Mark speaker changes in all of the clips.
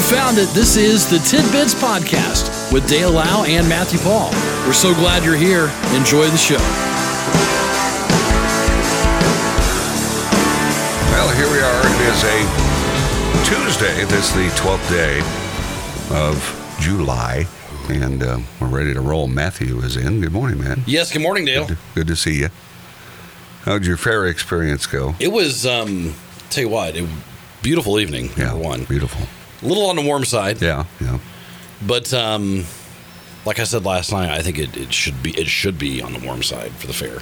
Speaker 1: found it. This is the Tidbits Podcast with Dale Lau and Matthew Paul. We're so glad you're here. Enjoy the show.
Speaker 2: Well, here we are. It is a Tuesday. This is the 12th day of July, and uh, we're ready to roll. Matthew is in. Good morning, man.
Speaker 3: Yes, good morning, Dale.
Speaker 2: Good to see you. How'd your fair experience go?
Speaker 3: It was, um, tell you what, it, beautiful evening,
Speaker 2: Yeah,
Speaker 3: number one.
Speaker 2: Beautiful.
Speaker 3: A little on the warm side,
Speaker 2: Yeah, yeah.
Speaker 3: but um, like I said last night, I think it, it should be it should be on the warm side for the fair.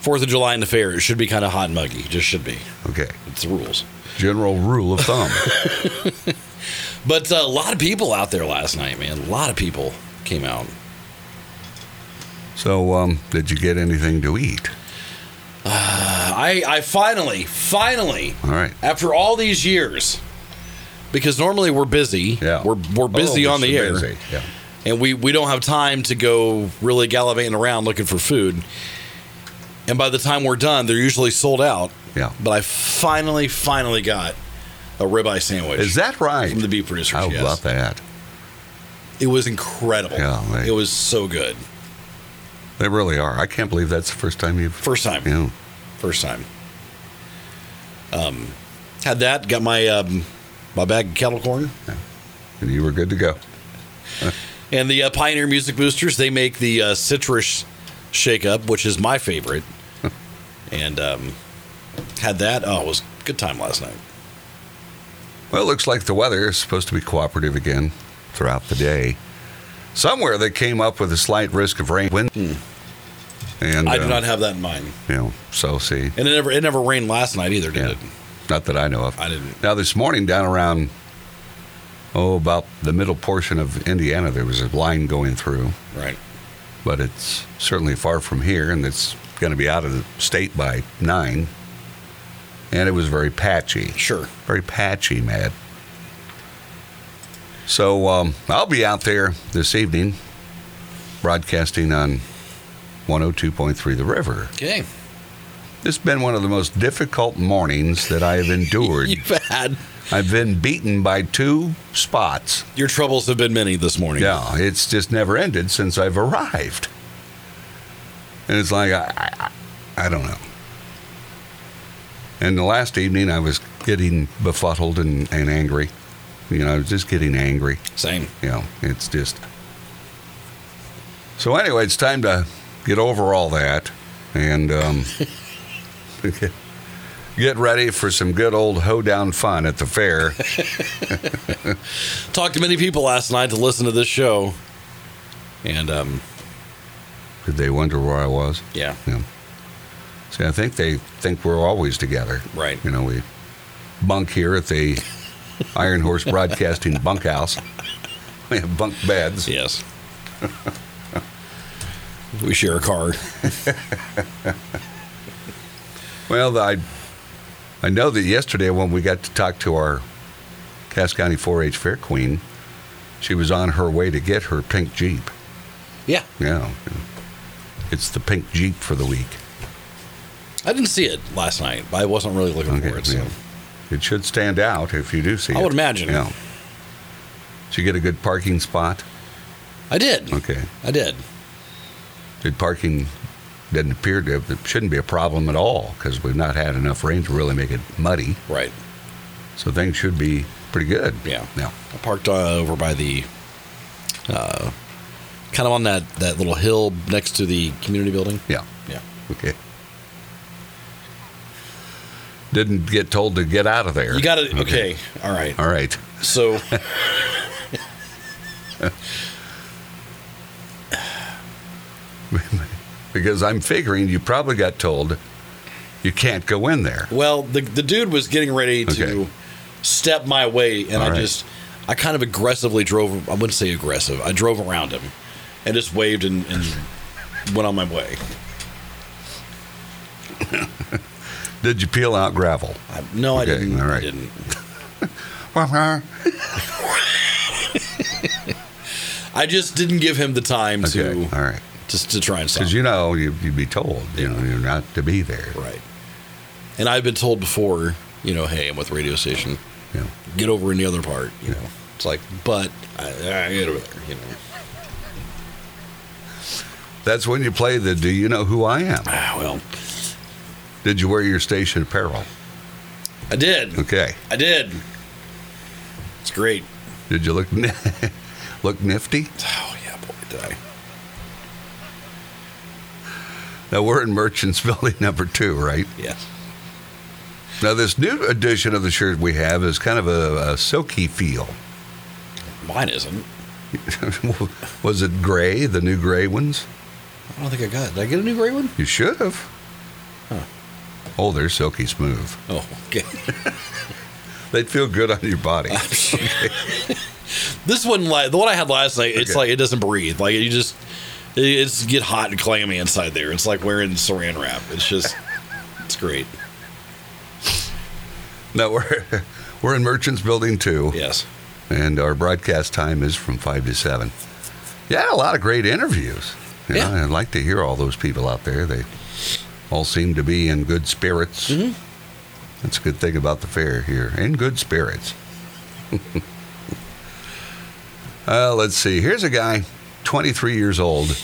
Speaker 3: Fourth of July in the fair, it should be kind of hot and muggy. It just should be.
Speaker 2: Okay.
Speaker 3: It's the rules.
Speaker 2: General rule of thumb.
Speaker 3: But uh, a lot of people out there last night, man. A lot of people came out.
Speaker 2: so, um, did you get anything to eat?
Speaker 3: I, I finally, finally,
Speaker 2: All right.
Speaker 3: after all these years, because normally we're busy.
Speaker 2: Yeah.
Speaker 3: We're, we're busy
Speaker 2: Oh,
Speaker 3: on the
Speaker 2: so
Speaker 3: air.
Speaker 2: busy. Yeah.
Speaker 3: and we, we don't have time to go really gallivanting around looking for food. And by the time we're done, they're usually sold out.
Speaker 2: Yeah.
Speaker 3: But I finally, finally got a ribeye sandwich.
Speaker 2: Is that right?
Speaker 3: from the beef producers?
Speaker 2: How
Speaker 3: yes.
Speaker 2: about that?
Speaker 3: It was incredible.
Speaker 2: Yeah, they-
Speaker 3: it was so good.
Speaker 2: They really are. I can't believe that's the first time you've.
Speaker 3: First time.
Speaker 2: Yeah.
Speaker 3: First time. Um, had that. Got my um, my bag of kettle corn
Speaker 2: And you were good to go.
Speaker 3: and the uh, Pioneer Music Boosters. They make the uh, citrus shake up, which is my favorite. and um, had that. Oh, it was a good time last night.
Speaker 2: Well, it looks like the weather is supposed to be cooperative again throughout the day. Somewhere they came up with a slight risk of rain. Wind. And
Speaker 3: Hmm. I do
Speaker 2: uh,
Speaker 3: not have that in mind.
Speaker 2: you know, so see,
Speaker 3: And it never it never rained last night either, did
Speaker 2: yeah,
Speaker 3: it?
Speaker 2: not that I know of.
Speaker 3: I didn't.
Speaker 2: Now this morning, down around oh about the middle portion of Indiana, there was a line going through,
Speaker 3: Right.
Speaker 2: but it's certainly far from here, and it's going to be out of the state by nine. And it was very patchy.
Speaker 3: Sure.
Speaker 2: very patchy, Matt. So um, I'll be out there this evening, broadcasting on 102.3 The River.
Speaker 3: Okay.
Speaker 2: It's been one of the most difficult mornings that I have endured.
Speaker 3: You've had
Speaker 2: I've been beaten by two spots.
Speaker 3: your troubles have been many this morning.
Speaker 2: Yeah, it's just never ended since I've arrived. And it's like, I, I, I don't know. And the last evening, I was getting befuddled and, and angry. You know, I was just getting angry.
Speaker 3: Same.
Speaker 2: You know, it's just. So, anyway, it's time to get over all that and um, get ready for some good old hoedown fun at the fair.
Speaker 3: Talked to many people last night to listen to this show. And um
Speaker 2: Did they wonder where I was?
Speaker 3: yeah.
Speaker 2: Yeah. See, I think they think we're always together.
Speaker 3: Right.
Speaker 2: You know, we bunk here at the Iron Horse Broadcasting bunkhouse. We have bunk beds.
Speaker 3: Yes. we share a car.
Speaker 2: Well, I I know that yesterday when we got to talk to our Cass County 4-H Fair Queen, she was on her way to get her pink Jeep.
Speaker 3: Yeah.
Speaker 2: Yeah. It's the pink Jeep for the week.
Speaker 3: I didn't see it last night, but I wasn't really looking for it. So
Speaker 2: yeah. It should stand out if you do see it.
Speaker 3: I would imagine.
Speaker 2: Yeah. Did you get a good parking spot?
Speaker 3: I did.
Speaker 2: Okay.
Speaker 3: I did.
Speaker 2: Did parking didn't appear to it shouldn't be a problem at all because we've not had enough rain to really make it muddy.
Speaker 3: Right.
Speaker 2: So things should be pretty good.
Speaker 3: Yeah.
Speaker 2: Yeah.
Speaker 3: I parked uh, over by the, uh, kind of on that that little hill next to the community building.
Speaker 2: Yeah.
Speaker 3: Yeah.
Speaker 2: Okay. Didn't get told to get out of there.
Speaker 3: You got it. Okay. All right.
Speaker 2: All right.
Speaker 3: So.
Speaker 2: Because I'm figuring you probably got told you can't go in there.
Speaker 3: Well, the the dude was getting ready to
Speaker 2: Okay.
Speaker 3: step my way, and
Speaker 2: All
Speaker 3: I
Speaker 2: right.
Speaker 3: just I kind of aggressively drove. I wouldn't say aggressive. I drove around him, and just waved and, and went on my way.
Speaker 2: Did you peel out gravel?
Speaker 3: I, no, I
Speaker 2: Okay,
Speaker 3: didn't.
Speaker 2: all
Speaker 3: I
Speaker 2: right.
Speaker 3: didn't.
Speaker 2: okay.
Speaker 3: I just didn't give him the time
Speaker 2: All
Speaker 3: to
Speaker 2: right.
Speaker 3: just to try and stop.
Speaker 2: Because you know you, you'd be told you know you're not to be there.
Speaker 3: Right. And I've been told before, you know, hey, I'm with radio station.
Speaker 2: Yeah.
Speaker 3: Get over in the other part, you know. It's like, but I, I, you know.
Speaker 2: That's when you play the Do You Know Who I Am?
Speaker 3: Ah, well,
Speaker 2: Did you wear your station apparel?
Speaker 3: I did.
Speaker 2: Okay.
Speaker 3: I did. It's great.
Speaker 2: Did you look look nifty?
Speaker 3: Oh yeah, boy, did I.
Speaker 2: Now we're in Merchants Building number two, right?
Speaker 3: Yeah.
Speaker 2: Now this new edition of the shirt we have is kind of a, a silky feel.
Speaker 3: Mine isn't.
Speaker 2: Was it gray? The new gray ones?
Speaker 3: I don't think I got it. Did I get a new gray one?
Speaker 2: You should have. Oh, they're silky smooth.
Speaker 3: Oh, okay.
Speaker 2: They'd feel good on your body.
Speaker 3: this one, like the one I had last night, it's
Speaker 2: Okay.
Speaker 3: like it doesn't breathe. Like you just, it, it's get hot and clammy inside there. It's like wearing saran wrap. It's just, it's great.
Speaker 2: now we're we're in Merchants Building two.
Speaker 3: Yes.
Speaker 2: and our broadcast time is from five to seven. Yeah, a lot of great interviews. You
Speaker 3: Yeah.
Speaker 2: know, I'd like to hear all those people out there. They all seem to be in good spirits. That's a good thing about the fair here. In good spirits. uh, let's see. Here's a guy, 23 years old,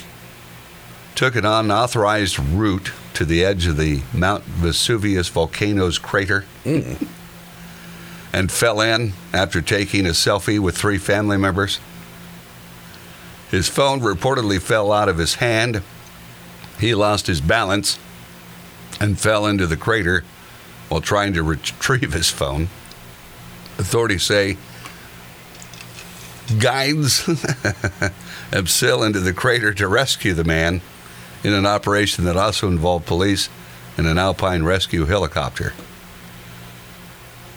Speaker 2: took an unauthorized route to the edge of the Mount Vesuvius volcano's crater and fell in after taking a selfie with three family members. His phone reportedly fell out of his hand. He lost his balance and fell into the crater while trying to retrieve his phone. Authorities say guides have sailed into the crater to rescue the man in an operation that also involved police and an alpine rescue helicopter.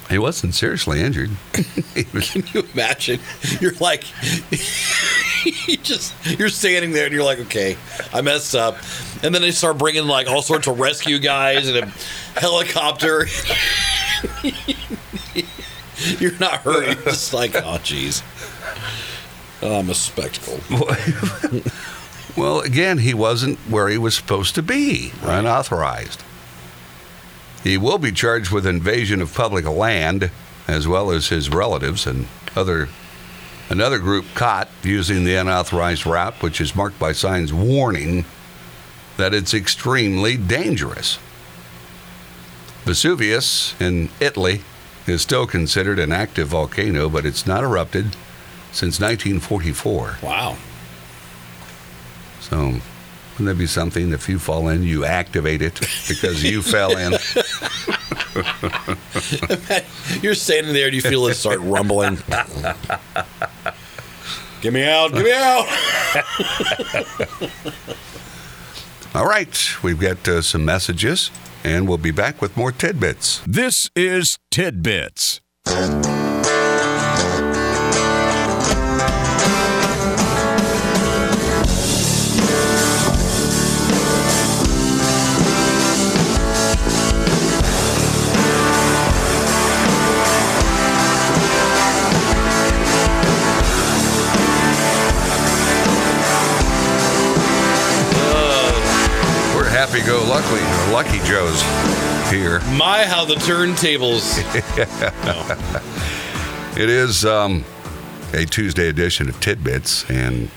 Speaker 2: He wasn't seriously injured. He was-
Speaker 3: Can you imagine? You're like, you just you're standing there and you're like, okay, I messed up, and then they start bringing like all sorts of rescue guys and a helicopter. you're not hurt. You're just like, oh, jeez. Oh, I'm a spectacle.
Speaker 2: well, again, he wasn't where he was supposed to be, unauthorized. He will be charged with invasion of public land, as well as his relatives and other another group caught using the unauthorized route, which is marked by signs warning that it's extremely dangerous. Vesuvius in Italy is still considered an active volcano, but it's not erupted since 1944.
Speaker 3: Wow.
Speaker 2: So, wouldn't that be something? If you fall in, you activate it because you fell in.
Speaker 3: You're standing there and you feel it start rumbling. Get me out! Get me out!
Speaker 2: All right, we've got uh, some messages, and we'll be back with more tidbits.
Speaker 4: This is Tidbits.
Speaker 2: We're happy-go-lucky, or Lucky Joes here.
Speaker 3: My, how the turntables.
Speaker 2: It is um, a Tuesday edition of Tidbits, and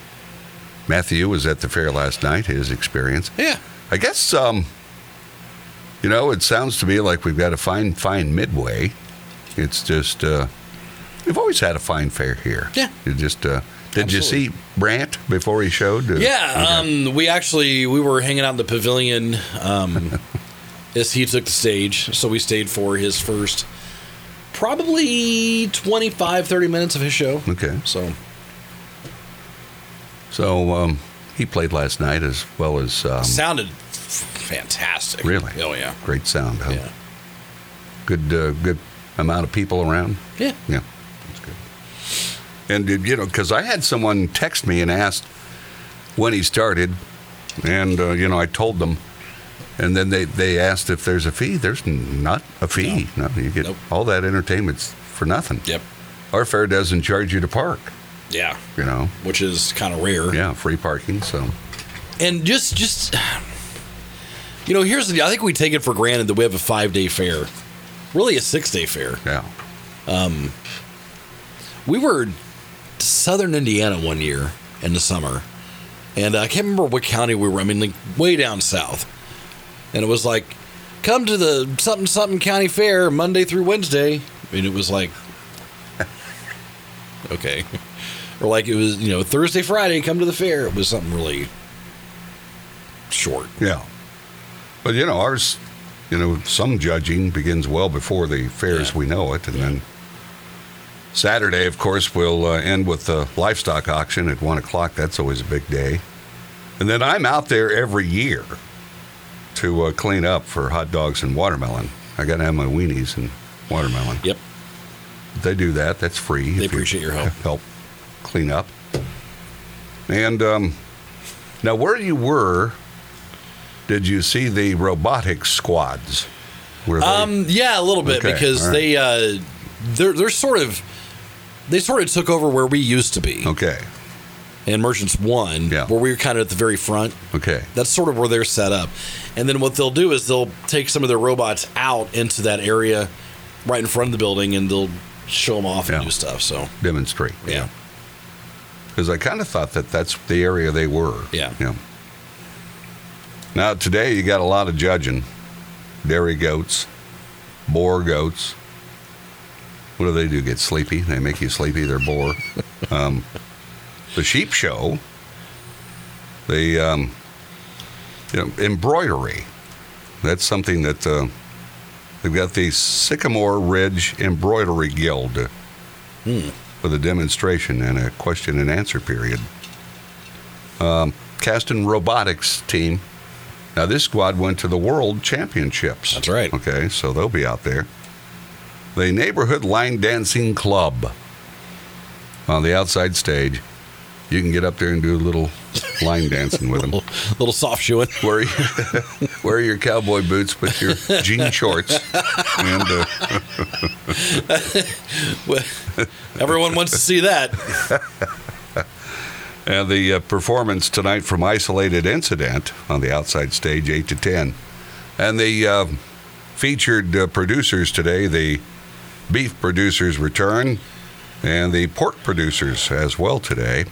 Speaker 2: Matthew was at the fair last night. His experience,
Speaker 3: Yeah.
Speaker 2: I guess. Um, you know, it sounds to me like we've got a fine, fine midway. It's just uh, we've always had a fine fair here.
Speaker 3: Yeah.
Speaker 2: You just uh, did
Speaker 3: Absolutely.
Speaker 2: you see Brant before he showed? Uh,
Speaker 3: Yeah, um, we actually we were hanging out in the pavilion um, as he took the stage, so we stayed for his first probably 25, 30 minutes of his show.
Speaker 2: Okay.
Speaker 3: So
Speaker 2: So um, he played last night as well as um,
Speaker 3: sounded fantastic.
Speaker 2: really. Um,
Speaker 3: Oh yeah.
Speaker 2: Great sound. Huh?
Speaker 3: Yeah.
Speaker 2: Good, uh, good amount of people around.
Speaker 3: Yeah.
Speaker 2: Yeah, that's good. And did you know? Because I had someone text me and asked when he started, and uh, you know I told them, and then they they asked if there's a fee. There's n- not a fee. No, you get
Speaker 3: Nope.
Speaker 2: all that entertainment's for nothing.
Speaker 3: Yep.
Speaker 2: Our fair doesn't charge you to park.
Speaker 3: Yeah.
Speaker 2: You know,
Speaker 3: Which is kind of rare.
Speaker 2: yeah, free parking. So
Speaker 3: and just just you know here's the deal. i think we take it for granted that we have a five day fair really a six day fair
Speaker 2: yeah,
Speaker 3: we were to southern Indiana one year in the summer, and uh, I can't remember what county we were. I mean, like way down south, and it was like, come to the something something county fair Monday through Wednesday, and it was like, okay, or like it was you know Thursday Friday come to the fair. It was something really short.
Speaker 2: Yeah. But you know, ours, you know, some judging begins well before the fair as
Speaker 3: Yeah.
Speaker 2: we know it, and then Saturday, of course, will uh, end with the livestock auction at one o'clock. That's always a big day, and then I'm out there every year to uh, clean up for hot dogs and watermelon. I got to have my weenies and watermelon.
Speaker 3: Yep.
Speaker 2: They do that. That's free.
Speaker 3: They
Speaker 2: if you
Speaker 3: appreciate your help.
Speaker 2: Help clean up. And um, now, where you were, did you see the robotic squads? Were they-
Speaker 3: Um, yeah, a little bit
Speaker 2: Okay,
Speaker 3: because
Speaker 2: all right.
Speaker 3: they uh, they're they're sort of they sort of took over where we used to be
Speaker 2: okay,
Speaker 3: in Merchants One,
Speaker 2: Yeah.
Speaker 3: where we were kind of at the very front.
Speaker 2: okay,
Speaker 3: That's sort of where they're set up, and then what they'll do is they'll take some of their robots out into that area right in front of the building, and they'll show them off
Speaker 2: Yeah.
Speaker 3: and do stuff. So
Speaker 2: demonstrate.
Speaker 3: yeah,
Speaker 2: because I kind of thought that that's the area they were.
Speaker 3: Yeah.
Speaker 2: Now today you got a lot of judging, dairy goats, boar goats. What do they do? Get sleepy? They make you sleepy. They're boar. um, the sheep show. The um, you know embroidery. That's something that uh, they've got the Sycamore Ridge Embroidery Guild uh,
Speaker 3: Hmm.
Speaker 2: with a demonstration and a question and answer period. Um, Caston Robotics team. Now, this squad went to the World Championships.
Speaker 3: That's right.
Speaker 2: Okay, so they'll be out there. The Neighborhood Line Dancing Club on the outside stage. You can get up there and do a little line dancing with them.
Speaker 3: little soft shoeing.
Speaker 2: Wear, wear your cowboy boots with your jean shorts. And uh,
Speaker 3: Everyone wants to see that.
Speaker 2: And the uh, performance tonight from Isolated Incident on the outside stage, 8 to 10. And the uh, featured uh, producers today, the beef producers return and the pork producers as well today.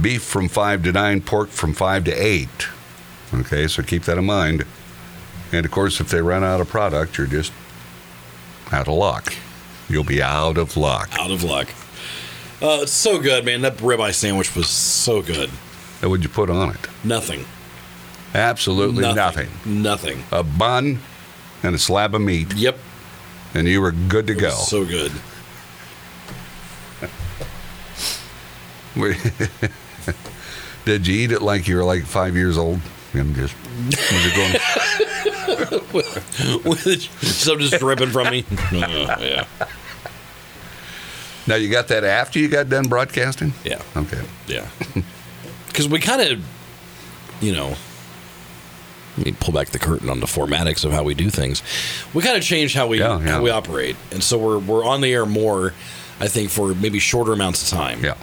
Speaker 2: Beef from 5 to 9, pork from 5 to 8. Okay, so keep that in mind. And of course, if they run out of product, you're just out of luck. You'll be out of luck.
Speaker 3: Out of luck. Uh, it's so good, man. That ribeye sandwich was so good.
Speaker 2: What would you put on it?
Speaker 3: Nothing.
Speaker 2: Absolutely nothing.
Speaker 3: Nothing.
Speaker 2: a bun and a slab of meat,
Speaker 3: Yep.
Speaker 2: and you were good to go.
Speaker 3: So good.
Speaker 2: We- Did you eat it like you were like five years old? I'm just was it going-
Speaker 3: so just dripping from me. Uh, yeah.
Speaker 2: now you got that after you got done broadcasting.
Speaker 3: Yeah.
Speaker 2: Okay.
Speaker 3: Yeah. Because we kind of, you know, let me pull back the curtain on the formatics of how we do things. We kind of change how we
Speaker 2: Yeah, yeah.
Speaker 3: how we operate, and so we're we're on the air more. I think for maybe shorter amounts of time.
Speaker 2: Yeah.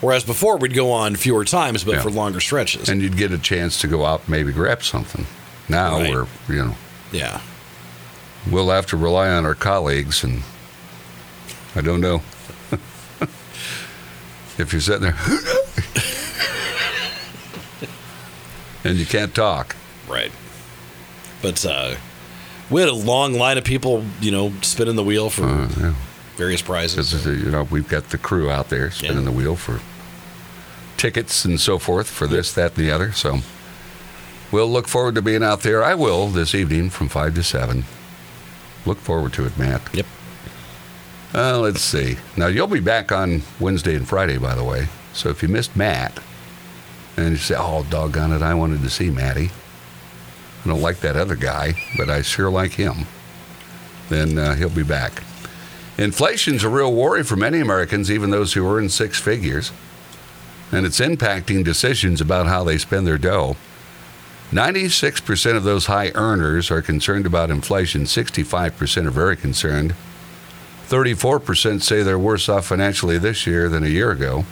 Speaker 3: Whereas before we'd go on fewer times, but
Speaker 2: Yeah.
Speaker 3: for longer stretches.
Speaker 2: And you'd get a chance to go out maybe grab something. Now
Speaker 3: Right.
Speaker 2: we're you know
Speaker 3: yeah.
Speaker 2: we'll have to rely on our colleagues and I don't know if you're sitting there and you can't talk.
Speaker 3: Right. But uh, we had a long line of people, you know, spinning the wheel for
Speaker 2: Uh, yeah.
Speaker 3: various prizes.
Speaker 2: Because uh, you know we've got the crew out there spinning
Speaker 3: Yeah.
Speaker 2: the wheel for tickets and so forth for this, that, and the other. So we'll look forward to being out there. I will this evening from five to seven. Look forward to it, Matt.
Speaker 3: Yep.
Speaker 2: Uh, let's see. Now you'll be back on Wednesday and Friday, by the way. So if you missed Matt, and you say, "Oh, doggone it, I wanted to see Matty. I don't like that other guy, but I sure like him," then uh, he'll be back. Inflation's a real worry for many Americans, even those who earn six figures, and it's impacting decisions about how they spend their dough. 96% of those high earners are concerned about inflation. 65% are very concerned. 34% say they're worse off financially this year than a year ago,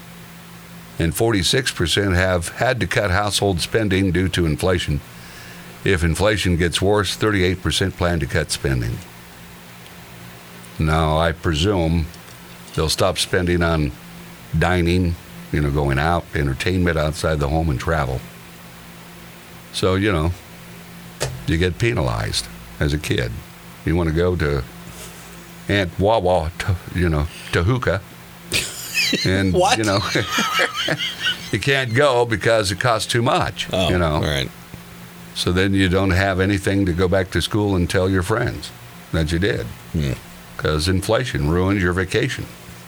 Speaker 2: and 46% have had to cut household spending due to inflation. If inflation gets worse, 38% plan to cut spending. Now, I presume they'll stop spending on dining, you know, going out, entertainment outside the home, and travel. So, you know, you get penalized as a kid. You want to go to Aunt Wawa, to, you know, Tahuka. And,
Speaker 3: What?
Speaker 2: you know, you can't go because it costs too much,
Speaker 3: Oh,
Speaker 2: you know.
Speaker 3: All right.
Speaker 2: So then you don't have anything to go back to school and tell your friends that you did.
Speaker 3: Hmm.
Speaker 2: Because inflation ruined your vacation.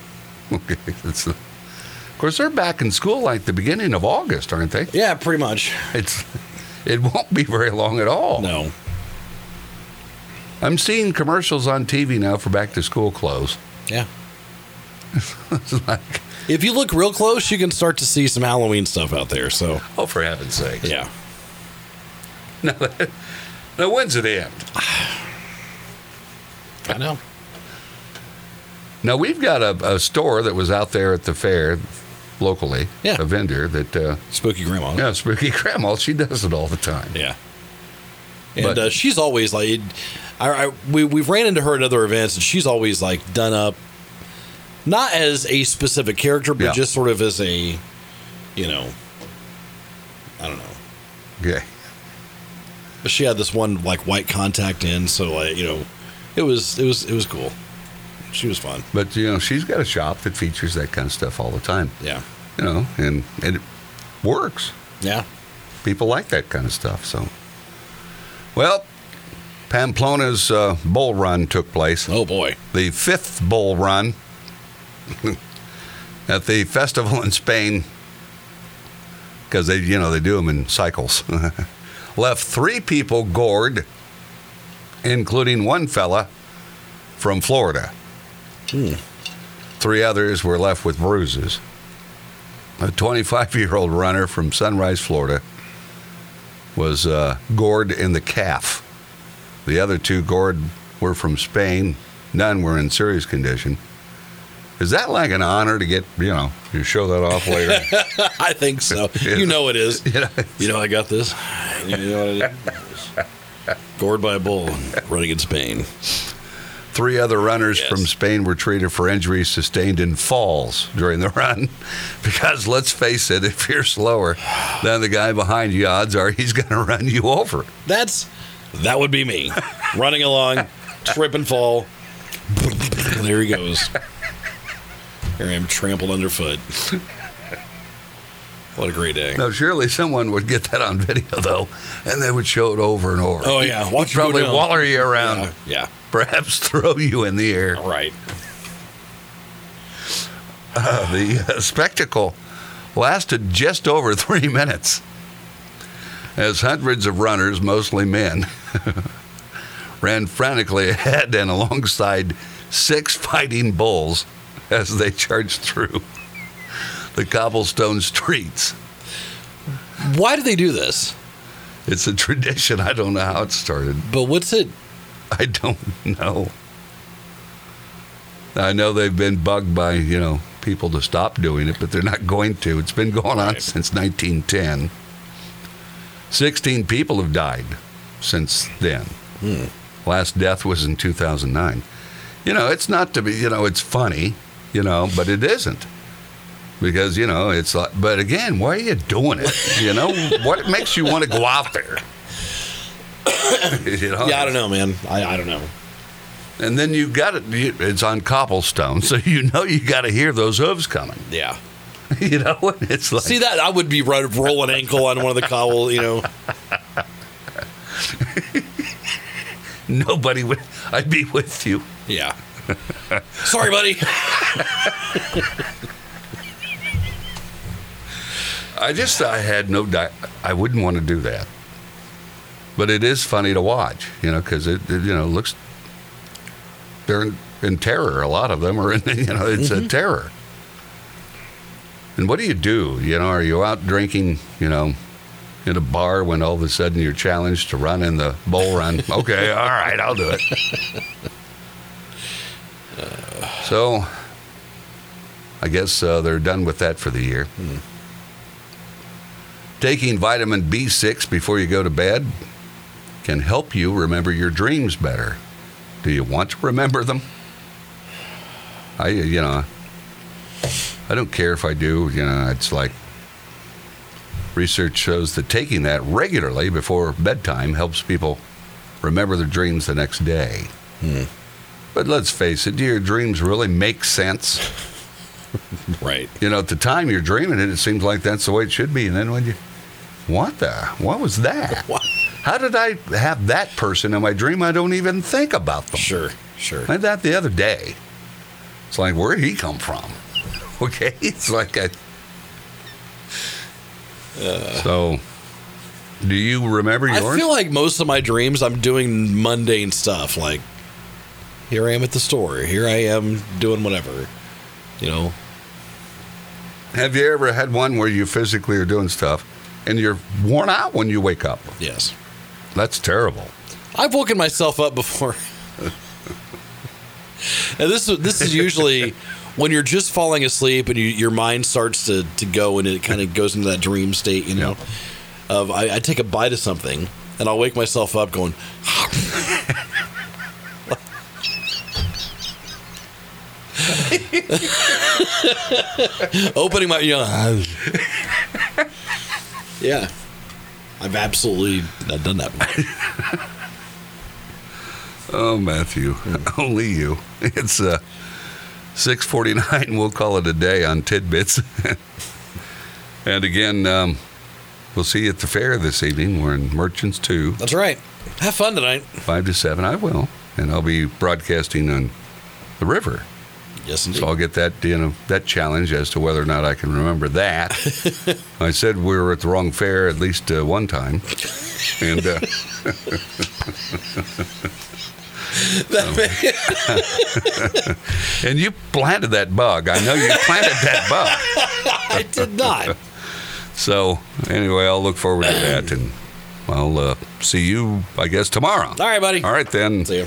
Speaker 2: Okay, that's the, of course, they're back in school like the beginning of August, aren't they?
Speaker 3: Yeah, pretty much.
Speaker 2: It's, it won't be very long at all.
Speaker 3: No.
Speaker 2: I'm seeing commercials on TV now for back to school clothes.
Speaker 3: Yeah.
Speaker 2: it's like,
Speaker 3: If you look real close, you can start to see some Halloween stuff out there. So,
Speaker 2: oh, for heaven's sake.
Speaker 3: yeah.
Speaker 2: Now, when's it end?
Speaker 3: I know.
Speaker 2: Now we've got a, a store that was out there at the fair, locally,
Speaker 3: Yeah.
Speaker 2: a vendor that uh,
Speaker 3: Spooky grandma.
Speaker 2: yeah, Spooky Grandma. She does it all the time.
Speaker 3: Yeah. And
Speaker 2: But-
Speaker 3: uh, she's always like, I, I, we, we've ran into her at other events, and she's always like done up, not as a specific character, but
Speaker 2: Yeah.
Speaker 3: just sort of as a, you know, I don't know.
Speaker 2: Okay.
Speaker 3: But she had this one like white contact in, so like you know, it was it was it was cool. She was fun.
Speaker 2: But you know, she's got a shop that features that kind of stuff all the time.
Speaker 3: Yeah.
Speaker 2: You know, and it works.
Speaker 3: Yeah.
Speaker 2: People like that kind of stuff. So, well, Pamplona's uh, bull run took place.
Speaker 3: Oh boy.
Speaker 2: the fifth bull run at the festival in Spain because they, you know, they do them in cycles. Left three people gored, including one fella from Florida. Three others were left with bruises. A 25 year old runner from Sunrise, Florida, was uh, gored in the calf. The other two gored were from Spain. None were in serious condition. Is that like an honor to get, you know, you show that off later?
Speaker 3: I think so. You know it is.
Speaker 2: You know,
Speaker 3: You know I got this. You know what I did? Gored by a bull, running in Spain.
Speaker 2: Three other runners
Speaker 3: Yes.
Speaker 2: from Spain were treated for injuries sustained in falls during the run. Because let's face it, if you're slower than the guy behind you, odds are he's going to run you over.
Speaker 3: That's that would be me running along, trip and fall. There he goes. Here I am trampled underfoot. What a great day!
Speaker 2: Now, surely someone would get that on video, though, and they would show it over and over.
Speaker 3: Oh yeah, watch you go
Speaker 2: Probably
Speaker 3: down.
Speaker 2: waller you around,
Speaker 3: Yeah, yeah,
Speaker 2: perhaps throw you in the air.
Speaker 3: right.
Speaker 2: Uh, the uh, spectacle lasted just over three minutes as hundreds of runners, mostly men, ran frantically ahead and alongside six fighting bulls as they charged through the cobblestone streets.
Speaker 3: Why do they do this?
Speaker 2: It's a tradition. I don't know how it started.
Speaker 3: But what's it?
Speaker 2: I don't know. I know they've been bugged by, you know, people to stop doing it, but they're not going to. It's been going on
Speaker 3: Right.
Speaker 2: since 1910. 16 people have died since then.
Speaker 3: Hmm.
Speaker 2: Last death was in 2009. You know, it's not to be, you know, it's funny, you know, but it isn't. Because, you know, it's like, but again, why are you doing it? You know, what makes you want to go out there? you know,
Speaker 3: Oh, Yeah, I don't know, man. I, I don't know.
Speaker 2: and then you got it. you- It's on cobblestone, so you know you got to hear those hooves coming.
Speaker 3: Yeah.
Speaker 2: You know, and it's like
Speaker 3: See that I would be right rolling ankle on one of the cobble. You know.
Speaker 2: nobody would. I'd be with you.
Speaker 3: Yeah. Sorry, buddy.
Speaker 2: I just I had no. Di- I wouldn't want to do that. But it is funny to watch, you know, because it, it, you know looks. They're in, in terror. A lot of them are in. You know, it's a terror. And what do you do? You know, are you out drinking? You know. In a bar, when all of a sudden you're challenged to run in the bull run. Okay, all right, I'll do it. So, I guess uh, they're done with that for the year. Taking vitamin B6 before you go to bed can help you remember your dreams better. Do you want to remember them? I, you know, uh, I don't care if I do. You know, it's like research shows that taking that regularly before bedtime helps people remember their dreams the next day. But let's face it, do your dreams really make sense?
Speaker 3: Right.
Speaker 2: You know, at the time you're dreaming it, it seems like that's the way it should be. And then when you, what the? What was that?
Speaker 3: What?
Speaker 2: How did I have that person in my dream? I don't even think about them.
Speaker 3: Sure. Sure.
Speaker 2: I had that the other day. It's like, where did he come from? Okay, it's like I. so, do you remember yours?
Speaker 3: Uh. I feel like most of my dreams, I'm doing mundane stuff. Like, here I am at the store. Here I am doing whatever. You know,
Speaker 2: Have you ever had one where you physically are doing stuff and you're worn out when you wake up?
Speaker 3: yes.
Speaker 2: That's terrible.
Speaker 3: I've woken myself up before. and this this is usually when you're just falling asleep and you, your mind starts to, to go and it kind of goes into that dream state, you know. Of I, I take a bite of something and I'll wake myself up going. Opening my yeah, yeah. I've absolutely not done that. Before.
Speaker 2: Oh, Matthew, only you. It's uh, 649. We'll call it a day on Tidbits. and again, um, we'll see you at the fair this evening. We're in Merchants 2.
Speaker 3: That's right. Have fun tonight.
Speaker 2: five to seven. I will, and I'll be broadcasting on the river.
Speaker 3: Yes,
Speaker 2: So I'll get that you know that challenge as to whether or not I can remember that. I said we were at the wrong fair at least uh, one time, and uh, and you planted that bug. I know you planted that bug.
Speaker 3: I did not.
Speaker 2: So anyway, I'll look forward to that, and I'll uh, see you, I guess, tomorrow.
Speaker 3: All right, buddy.
Speaker 2: All right then.
Speaker 3: See ya.